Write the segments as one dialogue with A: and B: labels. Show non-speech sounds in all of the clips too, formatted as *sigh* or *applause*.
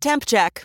A: Temp check.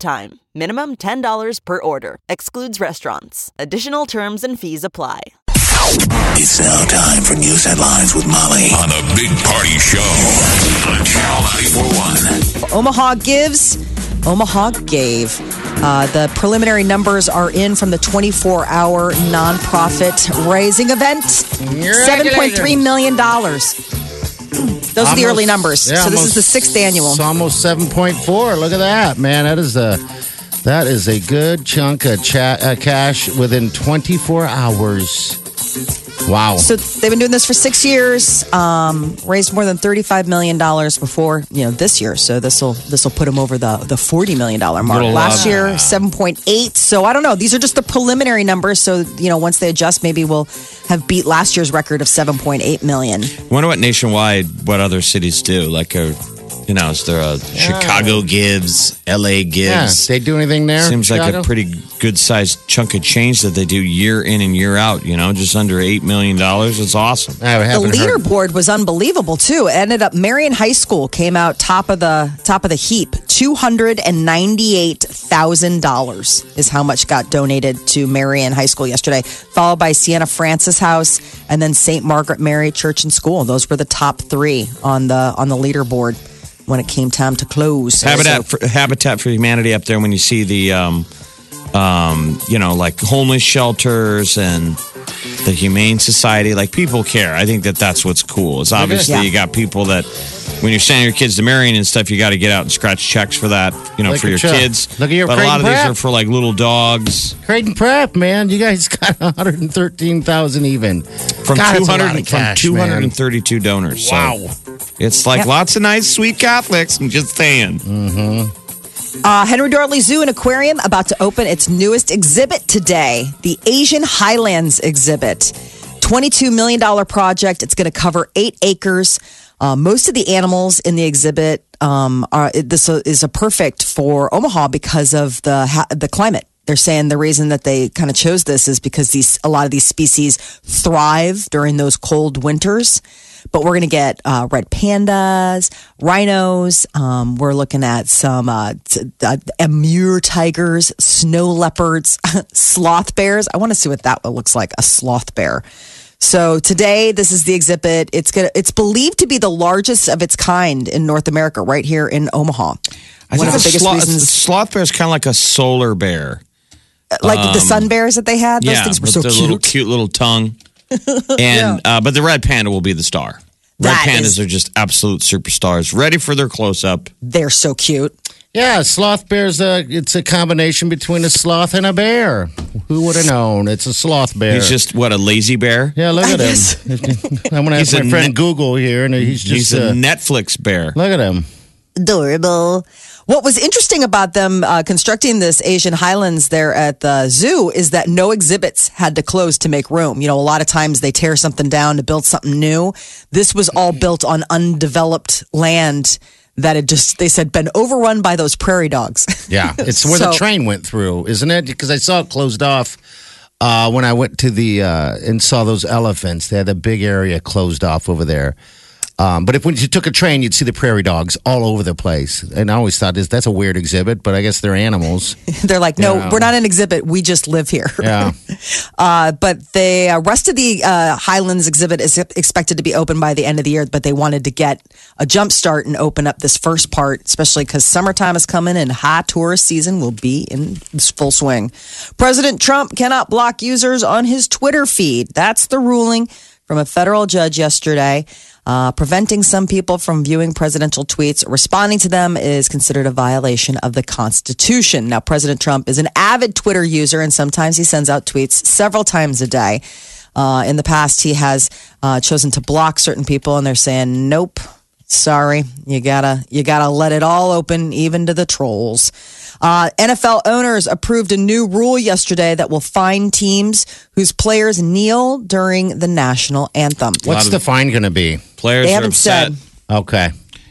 A: time. Minimum $10 per order. Excludes restaurants. Additional terms and fees apply.
B: It's now time for news headlines with Molly on the Big Party Show on Channel 941.
C: Omaha gives. Omaha gave. Uh, the preliminary numbers are in from the 24 hour nonprofit raising event. $7.3 million. Those are the
D: Almost-
C: early numbers.
D: yeah,
C: so this is
D: almost-
C: the sixth annual.
D: It's almost seven point four. Look at that, man. That is a that is a good chunk of cha- uh, cash within twenty four hours. Wow.
C: So they've been doing this for six years. Um, raised more than thirty-five million dollars before you know this year. So this will this will put them over the the forty million dollar mark.
D: Little,
C: Last
D: uh,
C: year seven point eight. So I don't know. These are just the preliminary numbers. So you know once they adjust, maybe we'll have beat last year's record of seven point eight million.
E: Wonder what nationwide, what other cities do? Like, a, you know, is there a Chicago gives, L.A.
D: yeah.
E: gives?
D: They do anything there?
E: Seems like
D: Chicago?
E: a pretty good sized chunk of change that they do year in and year out. You know, just under eight million dollars. It's awesome.
D: I haven't
C: the
D: heard.
C: leaderboard was unbelievable too. It ended up Marion High School came out top of the top of the heap. Two hundred and ninety-eight thousand dollars is how much got donated to Marion High School yesterday, followed by Sienna Francis House and then Saint Margaret Mary Church and School. Those were the top three on the on the leaderboard when it came time to close.
E: Habitat
C: So-
E: for, Habitat for Humanity up there when you see the, um, um, you know, like homeless shelters and the Humane Society. Like people care. I think that that's what's cool. It's obviously
C: Yeah.
E: you got people that when you're sending your kids to Marion and stuff, you got to get out and scratch checks for that. You know,
D: Look
E: for your
D: at you.
E: kids.
D: Look at your
E: But a lot of
D: Creighton
E: these
D: Prep.
E: are for like little dogs
D: Creighton Prep, man. You guys *laughs* got one hundred and thirteen thousand even
E: from
D: God,
E: two
D: that's a lot of
E: hundred from
D: cash,
E: two hundred
D: man.
E: and thirty two donors. So.
D: Wow.
E: It's like
C: Yep.
E: lots of nice, sweet Catholics. I'm just saying.
D: Mm.
C: Uh, Henry Dorley Zoo and Aquarium about to open its newest exhibit today, the Asian Highlands exhibit. $22 million project. It's going to cover eight acres. Uh, most of the animals in the exhibit um, are, this is a perfect for Omaha because of the, ha- the climate. They're saying the reason that they kind of chose this is because these a lot of these species thrive during those cold winters. But we're going to get uh, red pandas, rhinos. Um, we're looking at some uh, t- uh, Amur tigers, snow leopards, *laughs* sloth bears. I want to see what that one looks like—a sloth bear. So today, this is the exhibit. It's gonna, it's believed to be the largest of its kind in North America, right here in Omaha.
E: I
C: One
E: think
C: of
E: a
C: the biggest
E: sloth,
C: reasons-
E: sloth bear is kind of like a solar bear.
C: like the sun bears that they had. Those
E: Um, yeah,
C: things were
E: with
C: so
E: the
C: cute.
E: little cute little
C: *laughs*
E: tongue. And uh, but the red panda will be the star. Red
C: That
E: pandas
C: is-
E: are just absolute superstars, ready for their close up.
C: They're so cute.
D: Yeah, sloth bear's a it's a combination between a sloth and a bear. Who would have known? It's a sloth bear.
E: He's just what a lazy bear.
D: yeah, look
C: I
D: at
C: guess.
D: him. *laughs* I'm gonna ask
E: He's a
D: my friend
E: net-
D: Google here, and he's just
E: He's
D: uh,
E: a Netflix bear.
D: look at him.
C: adorable. What was interesting about them uh, constructing this Asian Highlands there at the zoo is that no exhibits had to close to make room. You know, a lot of times they tear something down to build something new. This was
E: Mm-hmm.
C: all built on undeveloped land that had just, they said, been overrun by those prairie dogs. *laughs*
D: Yeah, *laughs* it's where the
C: So-
D: train went through, isn't it? Because I saw it closed off uh, when I went to the uh, and saw those elephants. They had a big area closed off over there. Um, but if when you took a train, you'd see the prairie dogs all over the place. And I always thought this that's a weird exhibit, but I guess they're animals.
C: They're like, no,
D: Yeah.
C: we're not an exhibit. We just live here.
D: *laughs* Yeah.
C: Uh, but the uh, rest of the uh, Highlands exhibit is expected to be open by the end of the year. But they wanted to get a jump start and open up this first part, especially because summertime is coming and high tourist season will be in full swing. President Trump cannot block users on his Twitter feed. That's the ruling from a federal judge yesterday. Uh, preventing some people from viewing presidential tweets, responding to them is considered a violation of the Constitution. Now, President Trump is an avid Twitter user, and sometimes he sends out tweets several times a day. Uh, in the past, he has uh, chosen to block certain people, and they're saying, nope, Sorry, you gotta you gotta let it all open, even to the trolls. Uh, NFL owners approved a new rule yesterday that will fine teams whose players kneel during the national anthem.
D: What's the fine going to be?
E: Players
C: They
E: are
C: haven't
E: upset.
C: said.
D: Okay.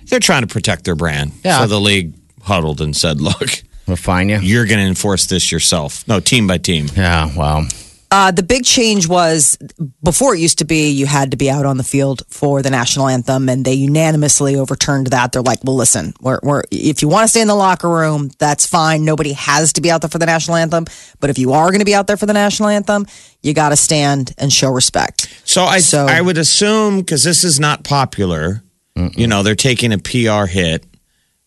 E: They're trying to protect their brand.
D: Yeah.
E: So the league huddled and said, look,
D: We'll fine you.
E: you're going to enforce this yourself. No, team by team.
D: Yeah, wow.
C: Uh, the big change was before it used to be you had to be out on the field for the national anthem, and they unanimously overturned that. They're like, well, listen, we're, we're, if you want to stay in the locker room, that's fine. Nobody has to be out there for the national anthem. But if you are going to be out there for the national anthem, you got to stand and show respect.
E: So I
C: So-
E: I would assume because this is not popular, you know, they're taking a PR hit,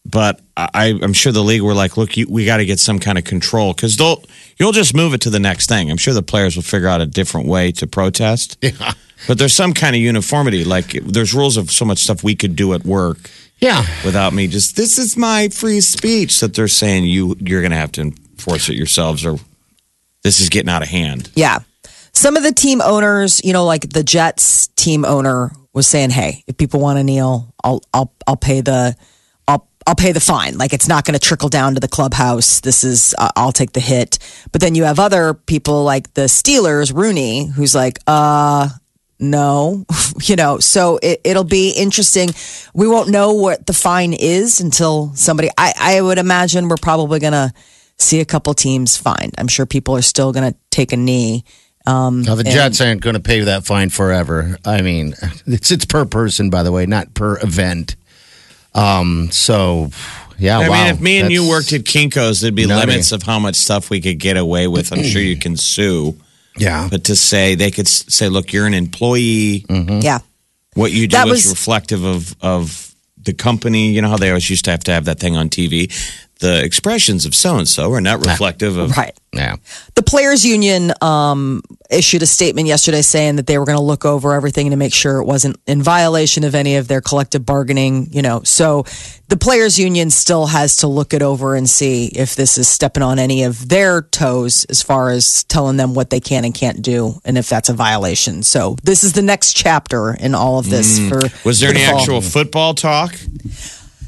E: but I, I'm sure the league were like, look, you, we got to get some kind of control because they'll you'll just move it to the next thing. I'm sure the players will figure out a different way to protest. Yeah. But there's some kind of uniformity. Like there's rules of so much stuff we could do at work
D: Yeah.
E: without me. Just this is my free speech that they're saying you you're going to have to enforce it yourselves or this is getting out of hand.
C: Yeah. Some of the team owners, you know, like the Jets team owner was saying, "Hey, if people want to kneel, I'll I'll I'll pay the I'll I'll pay the fine. Like it's not going to trickle down to the clubhouse. This is I I'll take the hit." But then you have other people like the Steelers, Rooney, who's like, "Uh, no, *laughs* you know, so it, it'll be interesting. We won't know what the fine is until somebody, I, I would imagine we're probably going to see a couple teams fined. I'm sure people are still going to take a knee. Um,
D: Now, the Jets aren't going to pay that fine forever. I mean, it's it's per person, by the way, not per event. Um. So, yeah.
E: I
D: Oh, wow.
E: mean, if me and you
D: That's-
E: worked at Kinko's, there'd be
D: Nutty.
E: limits of how much stuff we could get away with. I'm sure you can sue,
D: yeah,
E: but to say they could s- say, "Look, you're an employee.
C: yeah.
E: What you do
C: That
E: is
C: was-
E: reflective of of the company." You know how they always used to have to have that thing on TV. The expressions of so and so are not reflective of
C: Right.
D: yeah.
C: The players union um, issued a statement yesterday saying that they were going to look over everything to make sure it wasn't in violation of any of their collective bargaining, you know. So the players union still has to look it over and see if this is stepping on any of their toes as far as telling them what they can and can't do and if that's a violation. So this is the next chapter in all of this for
E: Mm. Was there
C: for
E: any
C: the fall.
E: actual football talk?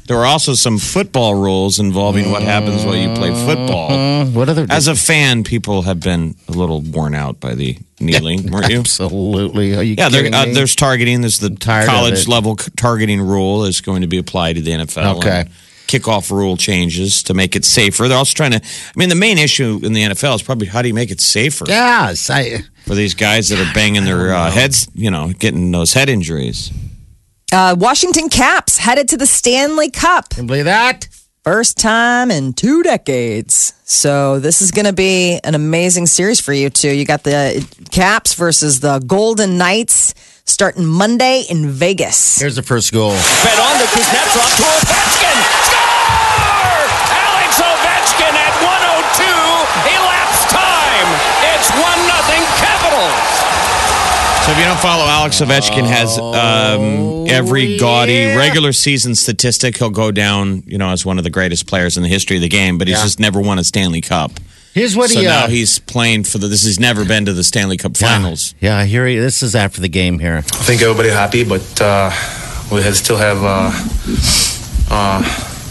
E: There were also some football rules involving what happens while you play football.
D: Mm, What other?
E: As a fan, people have been a little worn out by the kneeling, weren't you?
D: *laughs* absolutely. Are you
E: Yeah, there,
D: kidding
E: uh,
D: me?
E: there's targeting. There's the
D: tired of
E: college
D: it.
E: level c- targeting rule is going to be applied to the NFL.
D: Okay.
E: and Kickoff rule changes to make it safer. They're also trying to. I mean, the main issue in the NFL is probably how do you make it safer
D: Yes, I.
E: for these guys that are banging their uh, heads, you know, getting those head injuries.
C: uh, Washington Caps headed to the Stanley Cup.
D: Can believe that.
C: First time in two decades. So this is going to be an amazing series for you two. You got the uh, Caps versus the Golden Knights starting Monday in Vegas.
D: Here's the first goal.
F: Fed on to Kuznetsov to Ovechkin. Score! Alex Ovechkin at 102. Elapsed time. It's 1-0 Capitals.
E: So if you don't follow, Alex Ovechkin has
D: Oh,
E: um, every gaudy regular season statistic. He'll go down, you know, as one of the greatest players in the history of the game, but he's
D: Yeah.
E: just never won a Stanley Cup.
D: Here's what
E: so
D: he.
E: now
D: uh,
E: he's playing for the. This has never been to the Stanley Cup
D: yeah.
E: Finals.
D: Yeah, here he. This is after the game here.
G: I think everybody happy, but uh, we had still have uh, uh,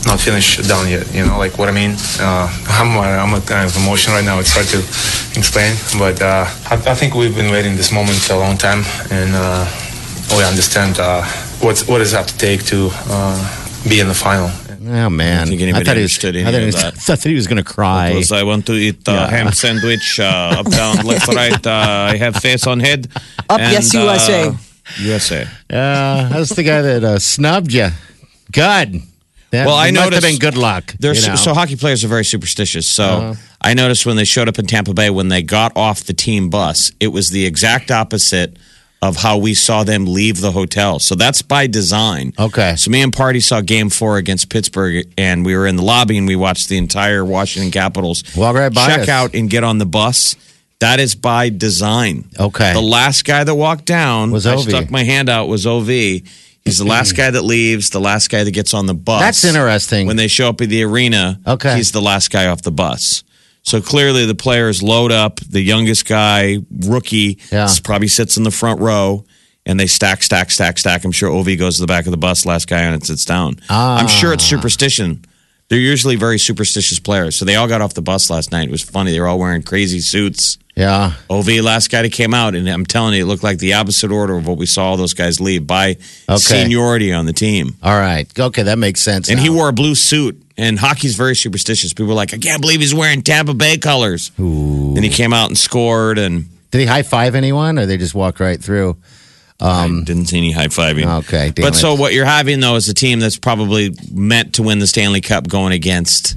G: not finished down yet. You know, like what I mean. Uh, I'm uh, I'm kind of emotion right now. It's hard to explain, but uh, I, I think we've been waiting this moment for a long time, and uh, we understand uh, what's what is up to take to uh, be in the final.
D: Oh man,
E: think anybody
D: thought he was.
E: understood any
D: I thought, he
E: of
D: was
E: that.
D: *laughs* I thought he was going to cry.
E: Because I want to eat uh, ham sandwich
C: *laughs*
E: uh, up down left right. Uh, I have face on head.
C: Up, yes, USA.
E: USA.
D: Uh, that's the guy that uh, snubbed you. Good. That
E: Well, I
D: must have
E: noticed-
D: been good luck.
E: They're
D: you know. Uh-huh.
E: so hockey players are very superstitious. So I noticed when they showed up in Tampa Bay when they got off the team bus, it was the exact opposite of how we saw them leave the hotel. So that's by design.
D: Okay.
E: So me and Party saw Game Four against Pittsburgh, and we were in the lobby and we watched the entire Washington Capitals
D: Walk right by
E: check
D: us.
E: out and get on the bus. That is by design.
D: Okay.
E: The last guy that walked down
D: Was
E: I
D: Ovi.
E: stuck my hand out was Ov. He's the last guy that leaves, the last guy that gets on the bus.
D: That's interesting.
E: When they show up at the arena,
D: Okay.
E: he's the last guy off the bus. So clearly, the players load up. The youngest guy, rookie,
D: Yeah.
E: s- probably sits in the front row, and they stack, stack, stack, stack. I'm sure Ovi goes to the back of the bus, last guy on it sits down. I'm
D: Ah.
E: sure it's superstition. They're usually very superstitious players. So they all got off the bus last night. It was funny. They were all wearing crazy suits.
D: Yeah.
E: OV last guy that came out, and I'm telling you, it looked like the opposite order of what we saw all those guys leave by seniority on the team.
D: All right. Okay, that makes sense.
E: And he
D: now.
E: wore a blue suit. And hockey's very superstitious. People were like, I can't believe he's wearing Tampa Bay colors. And he came out and scored, and
D: did he high five anyone, or they just walk right through?
E: I didn't see any high fiving.
D: Um, Okay, damn
E: but
D: it.
E: so what you're having though is a team that's probably meant to win the Stanley Cup going against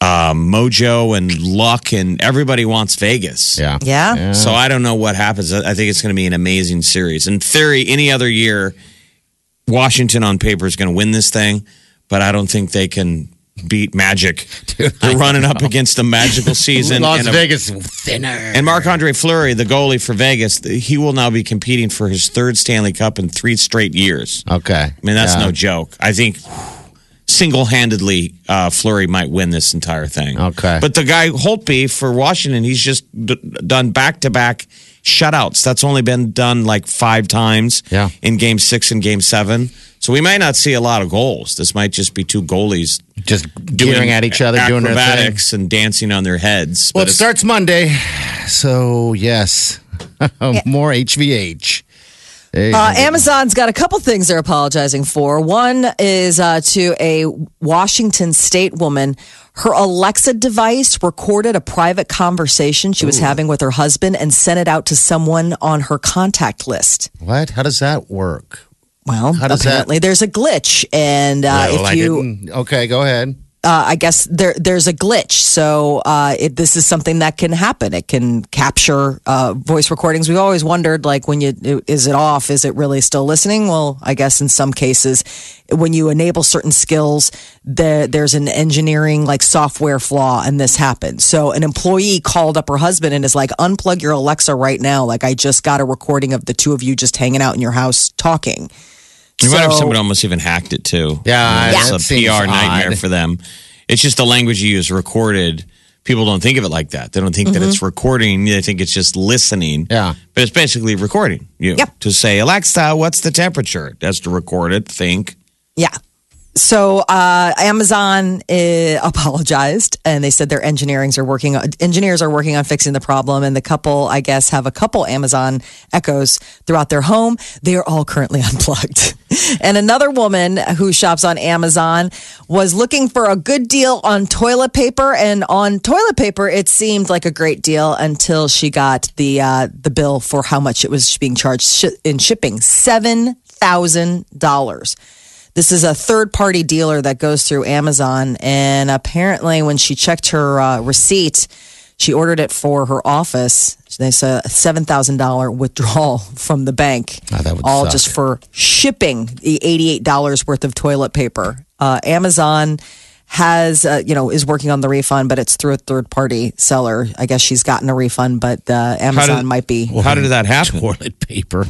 E: uh, Mojo and Luck, and everybody wants Vegas.
D: Yeah.
C: Yeah.
E: So I don't know what happens. I I think it's going to be an amazing series. In theory, any other year, Washington on paper is going to win this thing, but I don't think they can beat
D: *laughs*
E: Magic. They're running up against the magical season.
D: Las
E: and a-
D: Vegas thinner.
E: and Marc Andre Fleury, the goalie for Vegas, th- he will now be competing for his third Stanley Cup in three straight years. I
D: Okay.
E: mean, that's no joke. I think single handedly, uh, Fleury might win this entire thing.
D: Okay.
E: But the guy, Holtby for Washington, he's just d- done back to back shutouts. That's only been done like five times
D: Yeah.
E: in game six and game seven. So we might not see a lot of goals. This might just be two goalies
D: Just
E: doing
D: gearing at each other, doing their thing.
E: acrobatics and dancing on their heads.
D: Well,
E: But it's-
D: it starts Monday, so yes, *laughs* more HVH. There you
C: Uh,
D: go.
C: Amazon's got a couple things they're apologizing for. One is uh, to a Washington state woman. Her Alexa device recorded a private conversation she was having with her husband and sent it out to someone on her contact list.
D: what? How does that work?
C: Well,
D: How does that-
C: apparently there's a glitch, and uh,
D: Well, I
C: if you
D: didn't- okay, go ahead.
C: uh, I guess there there's a glitch. So uh, it, this is something that can happen. It can capture uh, voice recordings. We've always wondered, like, when you is it off? Is it really still listening? Well, I guess in some cases, when you enable certain skills, there there's an engineering like software flaw, and this happened. So an employee called up her husband and is like, "Unplug your Alexa right now." Like, I just got a recording of the two of you just hanging out in your house talking.
E: You might have
C: So-
E: somebody almost even hacked it too. You
D: Yeah,
E: know, it's
D: that
E: a
D: seems
E: PR
D: odd.
E: nightmare for them. It's just the language you use recorded. People don't think of it like that. They don't think that it's recording. They think it's just listening.
D: Mm-hmm. Yeah.
E: but it's basically recording you
C: Yep.
E: to say Alexa, what's the temperature? It has to record it. Think.
C: Yeah. So uh, Amazon uh, *laughs* apologized, and they said their engineerings are working. Engineers are working on fixing the problem, and the couple, I guess, have a couple Amazon Echoes throughout their home. They are all currently *laughs* unplugged. and another woman who shops on Amazon was looking for a good deal on toilet paper, and on toilet paper, it seemed like a great deal until she got the uh, the bill for how much it was being charged shi in shipping seven thousand dollars. This is a third party dealer that goes through Amazon. And apparently, when she checked her uh, receipt, she ordered it for her office. They said a $7,000 withdrawal *laughs* from the bank.
D: Oh, that would
C: all
D: suck.
C: just for shipping the $88 worth of toilet paper. Uh, Amazon has, uh, you know, is working on the refund, but it's through a third party seller. I guess she's gotten a refund, but uh, Amazon might be.
E: How did that happen?
D: Toilet paper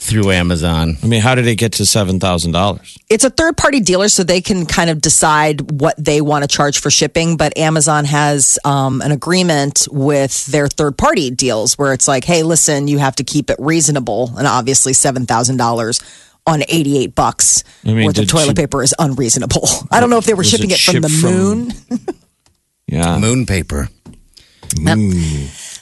D: through Amazon.
E: I mean, how did it get to seven thousand dollars?
C: it's a third party dealer, so they can kind of decide what they want to charge for shipping. But Amazon has um, an agreement with their third party deals where it's like, hey, listen, you have to keep it reasonable, and obviously seven thousand dollars on eighty eight bucks
E: I mean,
C: worth of
E: did
C: toilet
E: she-
C: paper is unreasonable. *laughs* I don't know if they were
E: Was
C: shipping
E: it
C: it from the
E: shipped from-
C: moon.
E: Yeah,
D: Moon paper.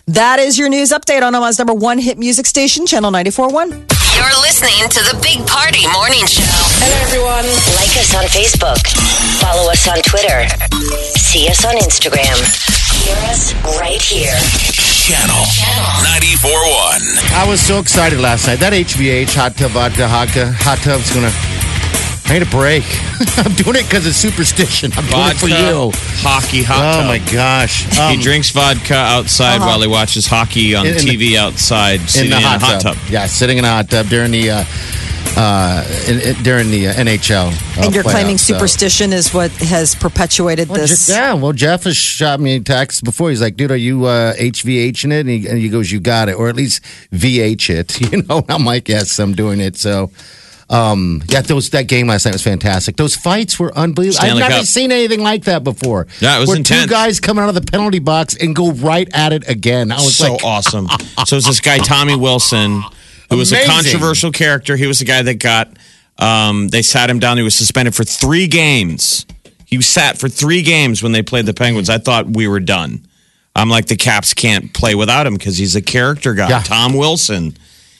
C: That is your news update on Omaha's number one hit music station, Channel ninety four one.
H: You're listening to the Big Party Morning Show. Hello, everyone. Like us on Facebook. Follow us on Twitter. See us on Instagram. Hear us right here.
B: Channel 94.1.
D: I was so excited last night. That HVH hot tub vodka vodka hot tub's gonna. I need a break. *laughs* I'm doing it because of superstition. I'm doing it for you.
E: hockey, hot
D: Oh
E: tub.
D: my gosh.
E: He
D: Um,
E: drinks vodka outside while he watches hockey on
D: In- in
E: TV outside,
D: in
E: sitting
D: the hot,
E: in a hot tub.
D: tub. Yeah, sitting in a hot tub during the uh, uh, in, in- during the uh, NHL. uh,
C: and you're claiming
D: playoffs, so-
C: superstition is what has perpetuated
D: Well,
C: this.
D: Je- yeah, well, Jeff has shot me texts before. He's like, "Dude, are you uh, HVH in it?" And he, and he goes, "You got it," or at least VH it. *laughs* You know, And I'm like, "Yes, I'm doing it." So, um, yeah, those that game last night was fantastic. Those fights were unbelievable.
E: Stanley
D: I've never
E: Cup.
D: seen anything like that before.
E: Yeah, it was
D: Where
E: intense.
D: Two guys coming out of the penalty box and go right at it again. I was
E: so
D: like, *laughs*
E: awesome. So it's this guy Tommy Wilson who was
D: Amazing.
E: a controversial character. He was the guy that got, um, they sat him down. He was suspended for three games. He sat for three games when they played the Penguins. I thought we were done. I'm like, the Caps can't play without him because he's a character guy.
D: Yeah.
E: Tom Wilson.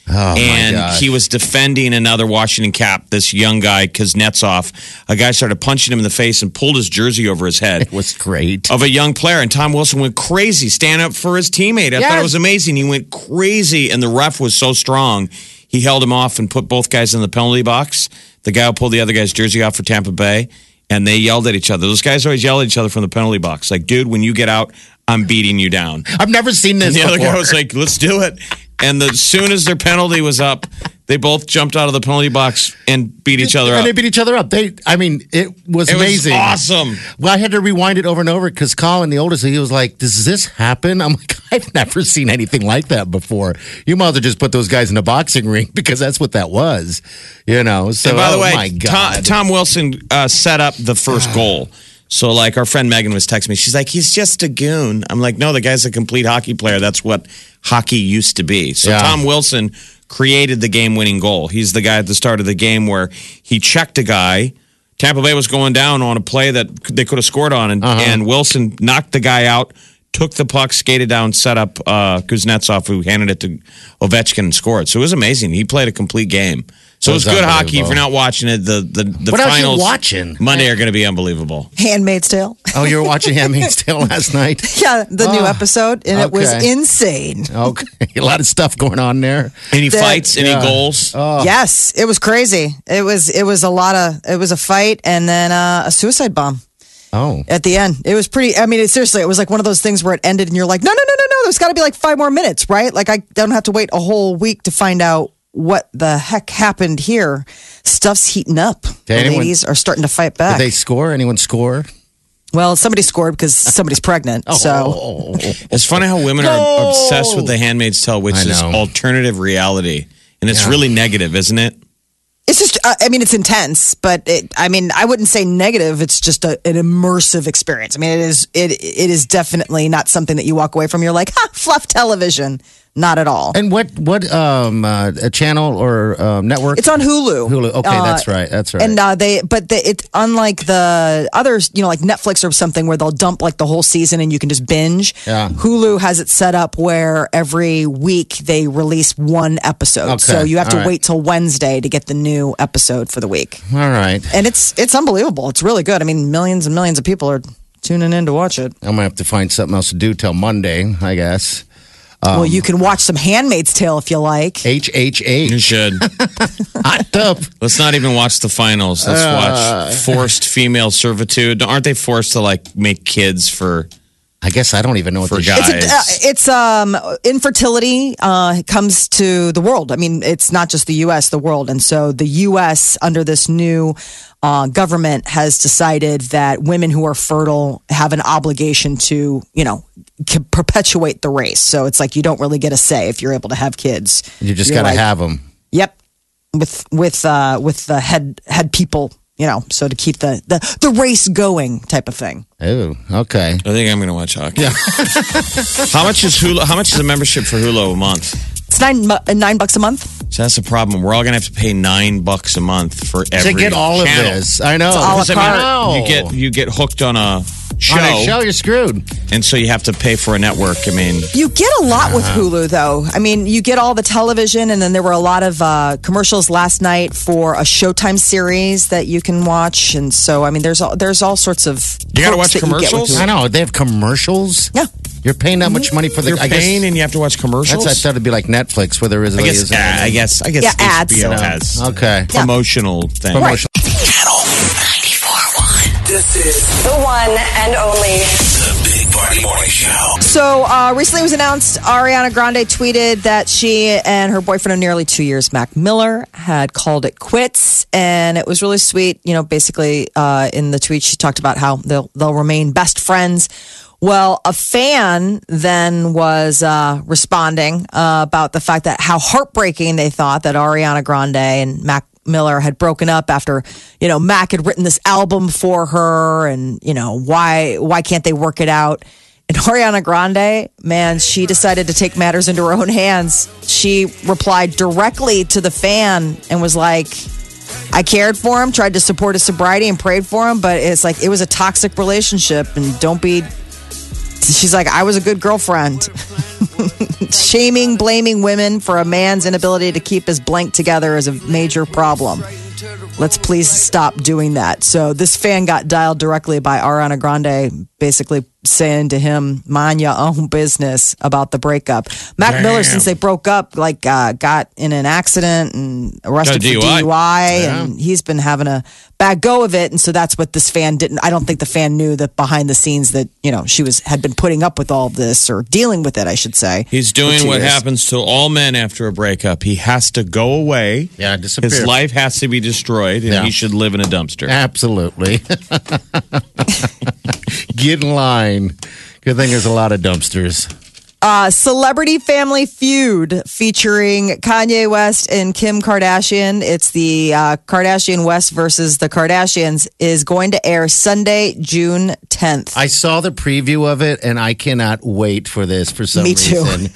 D: Oh, my
E: and
D: gosh.
E: he was defending another Washington cap, this young guy, Kuznetsov. A guy started punching him in the face and pulled his jersey over his
D: *laughs*
E: head
D: It was great.
E: of a young player, and Tom Wilson went crazy, stand up for his teammate. I thought it was amazing. He went crazy, and the ref was so strong. He held him off and put both guys in the penalty box. The guy who pulled the other guy's jersey off for Tampa Bay, and they yelled at each other. Those guys always yell at each other from the penalty box. Like, dude, when you get out, I'm beating you
D: *laughs*
E: down.
D: I've never seen this
E: And the other
D: before.
E: guy was like, let's do it. And the- as soon as their penalty was up, they both jumped out of the penalty box and beat each other up.
D: And they beat each other up. They, I mean, it was
E: It was
D: amazing.
E: awesome.
D: Well, I had to rewind it over and over because Colin, the oldest, he was like, "Does this happen?" I'm like, *laughs* "I've never seen anything like that before." You might as well just put those guys in a boxing ring *laughs* because that's what that was, you know. So,
E: and by the
D: oh
E: way,
D: my
E: Tom,
D: God. Ah.
E: Tom Wilson uh, set up the first goal. So, like, our friend Megan was texting me. She's like, he's just a goon. I'm like, no, the guy's a complete hockey player. That's what hockey used to be. So,
D: Yeah.
E: Tom Wilson created the game winning goal. He's the guy at the start of the game where he checked a guy. Tampa Bay was going down on a play that they could have scored on, and,
D: Uh-huh.
E: and Wilson knocked the guy out, took the puck, skated down, set up uh, Kuznetsov, who handed it to Ovechkin and scored. So it was amazing. He played a complete game. So it was
D: That was
E: good hockey. If
D: unbelievable.
E: you're not watching it, the the, the
D: What else you
E: finals
D: watching?
E: Monday are going to be unbelievable.
C: Handmaid's Tale.
D: *laughs* oh, you were watching Handmaid's Tale
E: *laughs*
D: last night.
C: Yeah, the new
D: Ah,
C: episode, and it was
D: okay.
C: insane.
D: Okay, a lot of stuff going on there.
E: Any
C: That-
E: fights? Any
D: Yeah. Uh,
E: goals?
D: Ah.
C: Yes, it was crazy. It was it was a lot of it was a fight and then uh, a suicide bomb
D: Oh,
C: at the end. It was pretty. I mean, it, seriously, it was like one of those things where it ended and you're like, no, no, no, no, no. There's got to be like five more minutes, right? Like I don't have to wait a whole week to find out what the heck happened here. Stuff's heating up. The
D: Did anyone-
C: ladies are starting to fight back.
D: did they score? Anyone score?
C: well, somebody scored because somebody's pregnant. So
D: *laughs* oh.
E: It's funny how women are obsessed with The Handmaid's Tale, which
D: I
E: is
D: know.
E: alternative reality, and it's really negative, isn't it?
C: it's just. Uh, I mean, it's intense, but it, I mean, I wouldn't say negative. It's just a, an immersive experience. I mean, it is. It it is definitely not something that you walk away from. You're like, ha, fluff television. Not at all.
D: and what what um uh, a channel or um, network?
C: It's on Hulu.
D: Hulu. Okay,
C: Uh,
D: that's right. That's right.
C: And uh, they, but the, it unlike the others, you know, like Netflix or something, where they'll dump like the whole season and you can just binge.
D: Yeah.
C: Hulu has it set up where every week they release one episode,
D: Okay,
C: so you have to
D: all right.
C: wait till Wednesday to get the new episode for the week.
D: All right.
C: And it's it's unbelievable. It's really good. I mean, millions and millions of people are tuning in to watch it.
D: I'm gonna have to find something else to do till Monday, I guess. Um,
C: well, you can watch some Handmaid's Tale if you like.
D: H H
E: You
D: H
E: should.
D: hot tub.
E: *laughs* Let's not even watch the finals. Let's
D: Uh.
E: watch forced female servitude. Aren't they forced to like make kids for?
D: I guess I don't even know what
E: For
D: this
E: guys.
D: shit-
C: It's, uh, it's um, infertility uh, comes to the world. I mean, it's not just the U.S., the world. And so the U.S., under this new uh, government, has decided that women who are fertile have an obligation to, you know, c- perpetuate the race. So it's like you don't really get a say if you're able to have kids.
D: You just
C: You're
D: gotta
C: like,
D: have 'em.
C: Yep. With with uh, with the head head people, you know, so to keep the the, the race going type of thing.
D: have them. Oh, okay.
E: I think I'm going to watch hockey. *laughs* how much is Hulu? How much is a membership for Hulu a month?
C: It's nine mu- uh, nine bucks a month.
E: So that's the problem. We're all going to have to pay nine bucks a month for every
D: To get all of
E: channel.
D: this, I know.
C: all
E: Because, I
C: a
E: mean,
D: carte.
E: You get you get hooked on a show,
D: On a show, you're screwed.
E: and so you have to pay for a network. I mean,
C: You get a lot with
E: Uh-huh.
C: Hulu, though. I mean, you get all the television, and then there were a lot of uh, commercials last night for a Showtime series that you can watch. And so, I mean, there's all, there's all sorts of
E: You gotta
C: perks
E: watch
C: that you get with
E: commercials?
D: I
C: Hulu.
D: know. They have commercials.
C: Yeah.
D: You're paying that much money for the.
E: you're
D: I
E: paying
D: guess
E: and you have to watch commercials.
D: that's. I thought it'd be like Netflix, where there is.
E: I
D: really
E: guess.
D: isn't
E: ah, I uh,
D: any.
E: guess. I guess.
C: Yeah, ads.
E: HBO
C: No.
E: has
D: Okay.
E: promotional thing.
D: Promotion.
B: Channel 941. This is
H: The one and only.
B: the Big Party Morning Show.
C: So uh, recently, it was announced Ariana Grande tweeted that she and her boyfriend of nearly two years, Mac Miller, had called it quits, and it was really sweet. You know, basically uh, in the tweet, she talked about how they'll they'll remain best friends. Well, a fan then was uh, responding uh, about the fact that how heartbreaking they thought that Ariana Grande and Mac Miller had broken up after, you know, Mac had written this album for her and, you know, why why can't they work it out? And Ariana Grande, man, she decided to take matters into her own hands. She replied directly to the fan and was like, I cared for him, tried to support his sobriety and prayed for him, but it's like it was a toxic relationship and don't be she's like, I was a good girlfriend. *laughs* Shaming, blaming women for a man's inability to keep his blank together is a major problem. Let's please stop doing that. So this fan got dialed directly by Ariana Grande, basically saying to him, "Mind your own business about the breakup." Mac Miller, since they broke up, like uh, got in an accident and arrested
E: Got a
C: for
E: DUI.
C: DUI, and he's been having a bad go of it. And so that's what this fan didn't. I don't think the fan knew that behind the scenes that you know she was had been putting up with all of this or dealing with it. I should say
E: He's doing
C: two
E: what
C: years.
E: happens to all men after a breakup. He has to go away.
D: Yeah, disappear.
E: His life has to be destroyed, and
D: Yeah.
E: he should live in a dumpster.
D: Absolutely. *laughs* Get in line. Good thing there's a lot of dumpsters.
C: A celebrity family feud featuring Kanye West and Kim Kardashian. It's the uh, Kardashian West versus the Kardashians is going to air Sunday, June 10th.
D: I saw the preview of it, and I cannot wait for this for some
C: Me too. *laughs*
D: reason.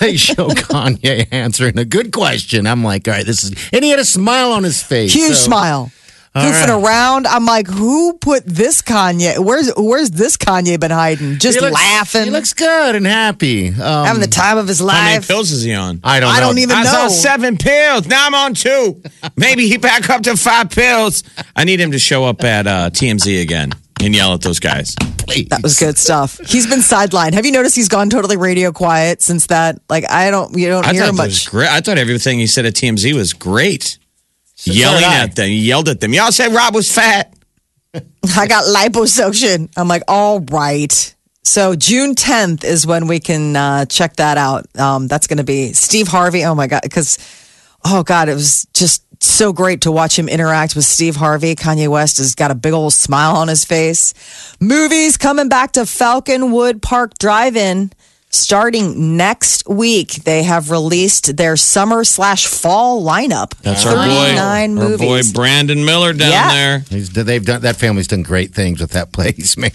D: They show Kanye answering a good question. I'm like, all right, this is, and he had a smile on his face.
C: Huge
D: so-
C: smile. Goofing
D: right.
C: around, I'm like, who put this Kanye? Where's where's this Kanye been hiding?
D: He
C: Just
D: looks-
C: laughing,
D: He looks good and happy. Um,
C: having the time of his
E: How many
C: life.
E: pills is he on?
D: I don't.
C: I
D: know.
C: don't even
E: I
C: know.
E: saw seven pills. Now I'm on two. Maybe he back up to five pills. I need him to show up at uh, TMZ again and yell at those guys.
C: That was good stuff. He's been sidelined. Have you noticed he's gone totally radio quiet since that? Like, I don't, you don't
E: I
C: hear
E: thought that was
C: much.
E: great. I thought everything he said at TMZ was great.
D: did
E: Yelling
D: I.
E: at them, he yelled at them. Y'all said Rob was fat.
C: I got liposuction. I'm like, all right. So June 10th is when we can uh, check that out. Um, that's going to be Steve Harvey. Oh my god, because oh god, it was just so great to watch him interact with Steve Harvey. Kanye West has got a big old smile on his face. Movies coming back to Falconwood Park Drive-In. Starting next week, they have released their summer slash fall lineup.
E: That's our boy, our
C: 39
E: boy
C: movies.
E: Brandon Miller down
C: Yeah.
E: there.
D: He's, they've done that. Family's done great things with that place, *laughs* man.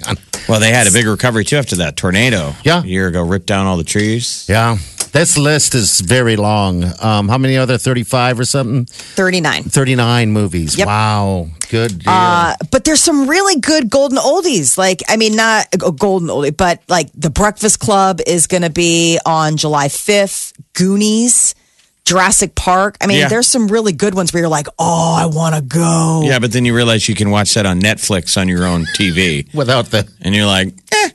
E: Well, they had a big recovery too after that tornado.
D: Yeah.
E: a year ago, ripped down all the trees.
D: Yeah, this list is very long. Um, how many other thirty-five or something?
C: 39.
D: Thirty-nine movies.
C: Yep.
D: Wow, good. Deal.
C: Uh, but there's some really good golden oldies. Like, I mean, not a golden oldie, but like The Breakfast Club is going to be on July 5th, Goonies, Jurassic Park. I mean,
E: Yeah.
C: there's some really good ones where you're like, oh, I want to go.
E: Yeah, but then you realize you can watch that on Netflix on your own TV,
D: Without the
E: and you're like, eh,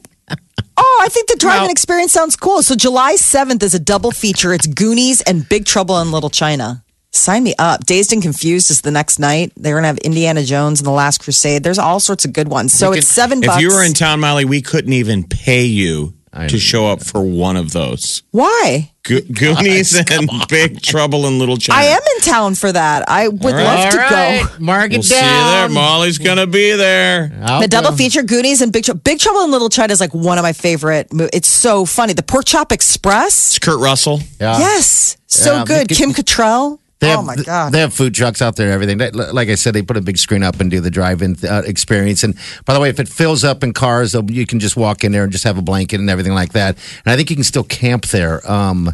C: Oh, I think the driving
E: Well-
C: experience sounds cool. So July 7th is a double feature. It's Goonies and Big Trouble in Little China. Sign me up. Dazed and Confused is the next night. They're going to have Indiana Jones and The Last Crusade. There's all sorts of good ones. So it's seven bucks.
E: if you were in town, Molly, we couldn't even pay you
D: I
E: to show up for one of those
C: Why?
D: *laughs*
E: Go- Goonies and Big Trouble in Little China.
C: I am in town for that. I would
E: All
C: love to go.
D: Mark it
E: We'll see you there.
D: down.
E: Molly's gonna be there.
D: I'll
C: The double
D: go.
C: feature Goonies and Big Trouble. Big Trouble in Little China is like one of my favorite. Mo- it's so funny. The Pork Chop Express.
E: It's Kurt Russell.
D: Yeah.
C: yes, so
D: Yeah,
C: good.
D: they could-
C: Kim Cattrall.
D: They have,
C: oh my god.
D: They have food trucks out there and everything. They- like I said, they put a big screen up and do the drive-in uh, experience. And by the way, if it fills up in cars, they'll- you can just walk in there and just have a blanket and everything like that. And I think you can still camp there. Um,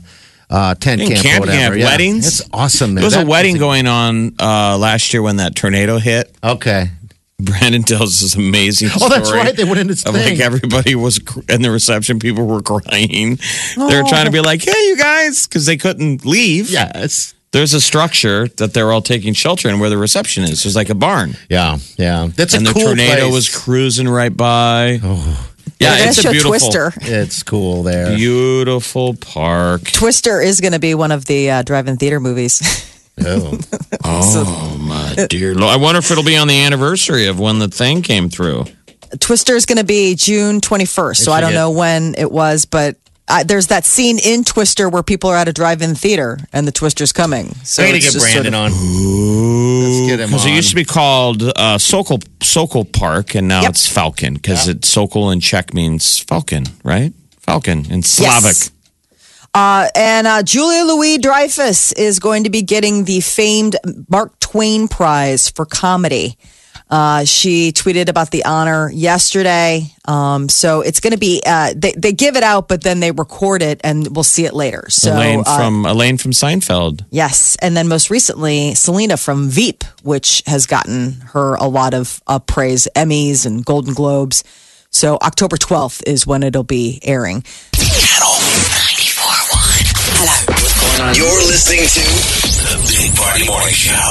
D: uh, tent
E: You
D: camp,
E: can camp, you
D: or
E: can
D: whatever.
E: have weddings.
D: It's awesome.
E: There
D: There
E: was a
D: That-
E: wedding going on uh, last year when that tornado hit. *laughs*
D: Okay.
E: Brandon tells this amazing
D: Oh,
E: story.
D: that's right. They went in this
E: of
D: thing.
E: like everybody was cr- in the reception. People were crying. *laughs* They
D: Oh.
E: were trying to be like, "Hey, you guys," because they couldn't leave.
D: yes.
E: There's a structure that they're all taking shelter in where the reception is. There's like a barn,
D: Yeah. Yeah. That's
E: and
D: a
E: the
D: cool
E: tornado
D: place.
E: was cruising right by.
C: Oh.
E: Yeah,
C: They're gonna
E: it's a
C: show
E: beautiful,
C: Twister.
D: It's cool there.
E: beautiful park.
C: *laughs* Twister is going to be one of the uh, drive-in theater movies. *laughs*
E: *laughs*
D: Oh.
E: Oh my dear lord! I wonder if it'll be on the anniversary of when the thing came through.
C: Twister is going to be June 21st. So I don't
D: forget.
C: know when it was, but uh, there's that scene in Twister where people are at a drive-in theater and the Twister's coming. So
D: We need
C: it's
D: to get
C: just sort
D: Brandon
C: of-
D: on. Let's get him
E: Because it
D: on.
E: used to be called uh, Sokol Sokol Park, and now
C: Yep.
E: it's Falcon because it's Sokol in Czech means falcon, right? Falcon in Slavic.
C: Yes. Uh, and uh, Julia Louis Dreyfus is going to be getting the famed Mark Twain Prize for comedy. Uh, she tweeted about the honor yesterday. Um, so it's going to be, uh, they, they give it out, but then they record it and we'll see it later. So,
E: Elaine
C: uh,
E: from Elaine from Seinfeld.
C: Yes, and then most recently Selena from Veep, which has gotten her a lot of uh, praise, Emmys and Golden Globes. So October twelfth is when it'll be airing.
B: You're listening to the Big Party Morning Show.